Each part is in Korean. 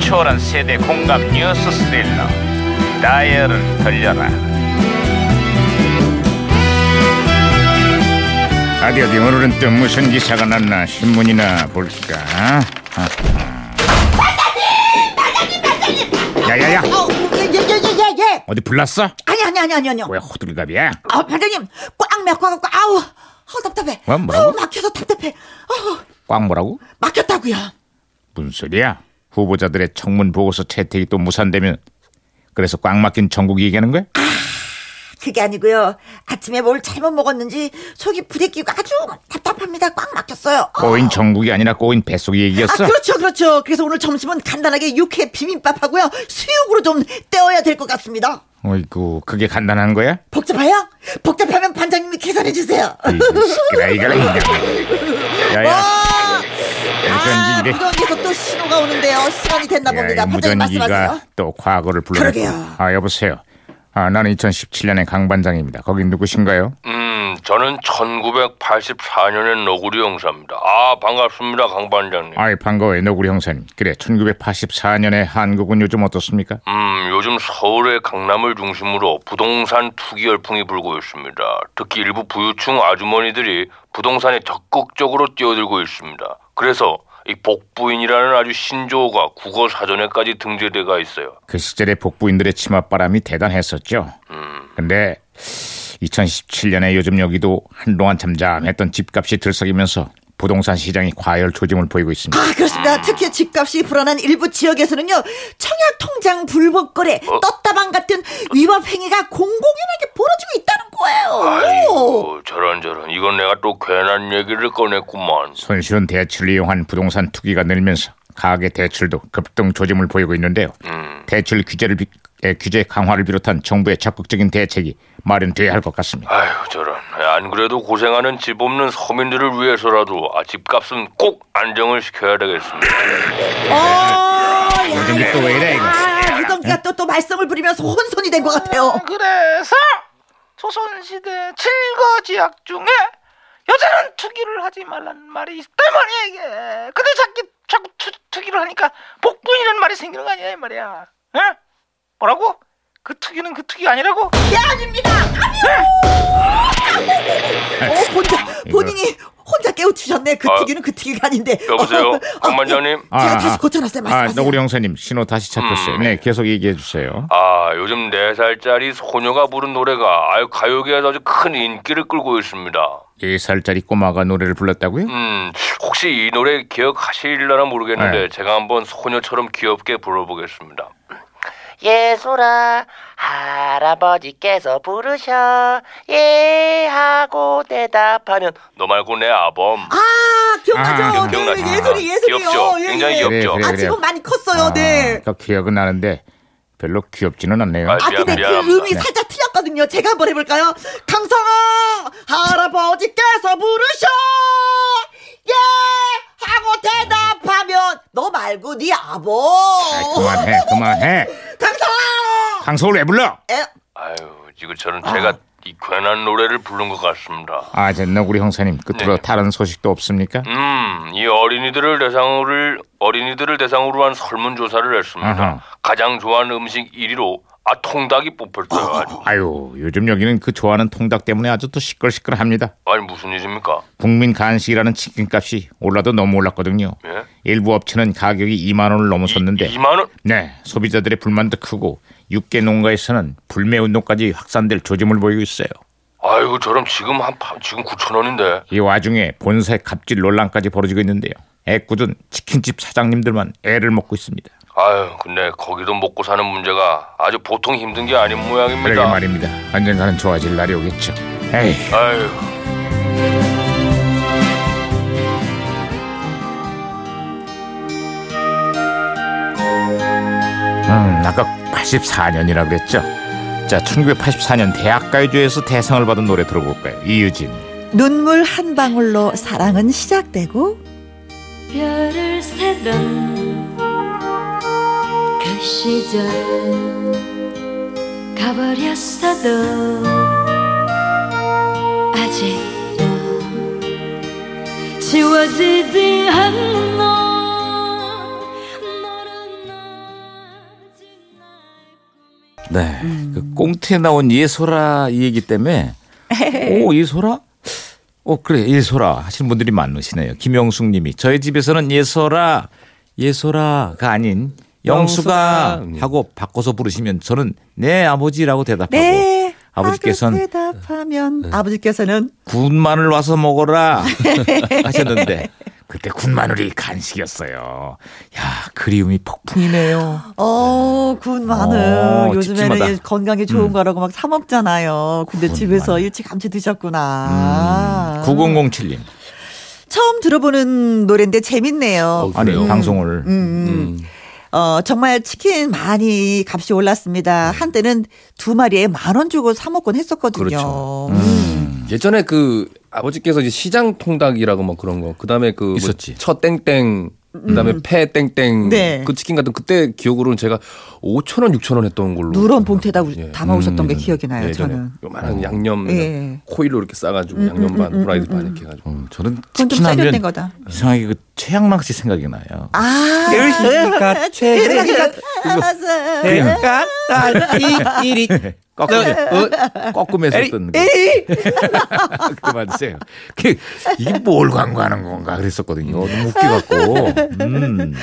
초월한 세대 공감 뉴스 스릴러 다이얼을 돌려라 어디 어디 오늘은 또 무슨 기사가 났나 신문이나 볼까? 야야야 어, 예, 예, 예, 예, 예. 어디 불났어? 아니, 아니, 아니, 아니, 아니요. 뭐야 호들갑이야? 아, 반장님, 꽉 메꿔갖고, 아우, 아우, 답답해. 뭐야, 뭐라고? 아우, 막혀서 답답해. 아우, 꽉 뭐라고? 막혔다고요. 무슨 소리야? 후보자들의 청문 보고서 채택이 또 무산되면 그래서 꽉 막힌 전국 얘기하는 거야? 그게 아니고요. 아침에 뭘 잘못 먹었는지 속이 부대끼고 아주 답답합니다. 꽉 막혔어요. 아, 꼬인 전국이 아니라 꼬인 뱃속 아, 얘기였어? 그렇죠, 그렇죠. 그래서 오늘 점심은 간단하게 육회 비빔밥하고요. 수육으로 좀 때워야 될 것 같습니다. 어이구 그게 간단한 거야? 복잡해요? 복잡하면 반장님이 계산해 주세요. 이시끄라 이거라 야야 와! 아, 예, 무전기 이래. 무전기에서 또 신호가 오는데요. 시간이 됐나 봅니다. 야, 반장님 뭐, 말씀하세요. 무전기가 또 과거를 불러냈고 그러게요. 아 여보세요 아 나는 2017년의 강 반장입니다 거긴 누구신가요? 음, 저는 1984년의 너구리 형사입니다. 아, 반갑습니다, 강 반장님. 아이 반가워요 노구리 형사님 그래 1984년에 한국은 요즘 어떻습니까? 음, 요즘 서울의 강남을 중심으로 부동산 투기 열풍이 불고 있습니다. 특히 일부 부유층 아주머니들이 부동산에 적극적으로 뛰어들고 있습니다. 그래서 이 복부인이라는 아주 신조어가 국어 사전에까지 등재돼가 있어요. 그 시절의 복부인들의 치맛바람이 대단했었죠 근데 2017년에 요즘 여기도 한동안 잠잠했던 집값이 들썩이면서 부동산 시장이 과열 조짐을 보이고 있습니다 아 그렇습니다. 특히 집값이 불안한 일부 지역에서는요 청약 통장 불법 거래, 어? 떴다방 같은 위법 행위가 공공연하게 벌어지고 있다는 거예요. 아이고, 저런 저런. 이건 내가 또 괜한 얘기를 꺼냈구만. 손쉬운 대출을 이용한 부동산 투기가 늘면서 가계 대출도 급등 조짐을 보이고 있는데요. 음. 대출 규제를 비- 에, 규제 강화를 비롯한 정부의 적극적인 대책이 마련돼야 할 것 같습니다. 아휴 저런 안 그래도 고생하는 집 없는 서민들을 위해서라도 아, 집값은 꼭 안정을 시켜야 되겠습니다. 어, 아, 야, 요즘 이게 네. 또왜 이래, 이거? 아, 유동기가 또 또 말썽을 부리면서 혼선이 된 것 같아요. 어, 그래서 조선시대 칠거지약 중에 여자는 투기를 하지 말라는 말이 있단 말이야 이게 근데 자꾸 자꾸 투, 투기를 하니까 복분이라는 말이 생기는 거 아니야 이 말이야 에? 뭐라고? 그 투기는 그 투기 아니라고? 야, 아닙니다. 아니요. 어, 본자, 본인이 혼자 깨우치셨네. 그 아. 특유는 그 특유가 아닌데. 여보세요? 어, 어, 강반장님? 예. 제가 다시 고쳐놨어요. 음. 아, 말씀하세요. 너구리 형사님 신호 다시 잡혔어요. 네, 계속 얘기해 주세요. 아 요즘 네 살짜리 소녀가 부른 노래가 아유 가요계에서 아주 큰 인기를 끌고 있습니다. 네 살짜리 꼬마가 노래를 불렀다고요? 음 혹시 이 노래 기억하실려나 모르겠는데 네. 제가 한번 소녀처럼 귀엽게 불러보겠습니다. 예솔아 할아버지께서 부르셔 예 하고 대답하면 너 말고 내 아범. 아, 기억나죠? 아, 네, 기억나죠? 예술이, 예술이요. 귀엽죠? 예, 굉장히 예. 귀엽죠? 어, 아, 지금 많이 컸어요. 아, 네. 그러니까 기억은 나는데 별로 귀엽지는 않네요. 아, 아 근데 그 미안합니다. 음이 살짝 틀렸거든요. 제가 한번 해볼까요? 강성아 할아버지께서 부르셔 예 하고 대답하면 너 말고 네 아버 아이, 그만해, 그만해. 강성아 강서울 왜 불러? 에, 아유 지금 저는 제가 이 괜한 노래를 부른 것 같습니다. 아, 저 너구리 형사님 끝으로 네. 다른 소식도 없습니까? 음, 이 어린이들을 대상으로 어린이들을 대상으로 한 설문 조사를 했습니다. 아하. 가장 좋아하는 음식 1위로 아 통닭이 뽑혔어요. 아주. 아유 요즘 여기는 그 좋아하는 통닭 때문에 아주 또 시끌시끌합니다. 아니 무슨 일입니까? 국민 간식이라는 치킨값이 올라도 너무 올랐거든요. 예? 일부 업체는 가격이 2만 원을 넘어섰는데 2만 원? 네 소비자들의 불만도 크고 육계 농가에서는 불매 운동까지 확산될 조짐을 보이고 있어요. 아이고 저럼 지금 한 파- 지금 9천 원인데. 이 와중에 본사의 갑질 논란까지 벌어지고 있는데요. 애꿎은 치킨집 사장님들만 애를 먹고 있습니다. 아유 근데 거기도 먹고 사는 문제가 아주 보통 힘든 게 아닌 음. 그러게 모양입니다. 말입니다. 언젠가는 좋아질 날이 오겠죠. 에이. 아유. 음, 아까 84년이라 그랬죠? 자, 1984년 대학가요제에서 대상을 받은 노래 들어볼까요? 이유진. 눈물 한 방울로 사랑은 시작되고 별을 세던 그 시절 가버렸어도 아직도 지워지지 않아 너는 나 네. 그 꽁트에 나온 예소라 이 얘기 때문에 오 예소라? 어 그래 예소라 하시는 분들이 많으시네요. 김영숙 님이 저희 집에서는 예소라 예소라가 아닌 영수가 영수가. 하고 바꿔서 부르시면 저는 네 아버지라고 대답하고 네. 아버지께서는 하고 대답하면 아버지께서는 군마늘 와서 먹어라 하셨는데 그때 군마늘이 간식이었어요. 야 그리움이 폭풍이네요. 어, 군 마늘 어, 요즘에는 집집마다. 이게 건강에 음. 좋은 거라고 막 사 먹잖아요. 근데 군 집에서 마늘. 일찌감치 음, 드셨구나. 9007님 처음 들어보는 노래인데 재밌네요. 아니 그래요? 방송을 어, 음. 어, 정말 치킨 많이 값이 올랐습니다. 네. 한때는 두 마리에 만 원 주고 사 먹곤 했었거든요. 음. 그렇죠. 예전에 그 아버지께서 이제 시장 통닭이라고 막 그런 거. 그다음에 그 뭐 있었지. 처 땡땡 그다음에 폐 땡땡 네. 그 치킨 같은 그때 기억으로는 제가 5천 원, 6천 원 했던 걸로. 누런 봉투에다 우- 예. 담아오셨던 게 기억이 나요. 예전에 저는 요만한 양념 예. 코일로 이렇게 싸가지고 양념 반, 후라이드 반 이렇게 해가지고. 음, 저는 그건 좀 치킨 세련된 하면 거다. 이상하게 그 최양락 씨 생각이 나요. 아, 그러니까 예. 그러니까 아, 이리 네. 어? 꺾으면서 했던 거. 그 맞으세요. 그, 이게 뭘 광고하는 건가 그랬었거든요. 너무 웃겨갖고. 음,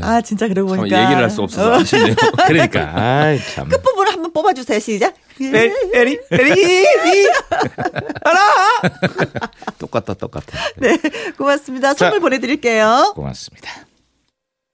아 진짜 그러고 예. 참 보니까 얘기를 할 수 없어서 아쉽네요. 그러니까 아이 참. 부분을 한번 뽑아주세요. 시작. 네, 에리 에리 알아. 똑같다 똑같아. 네, 고맙습니다. 선물 보내드릴게요. 고맙습니다.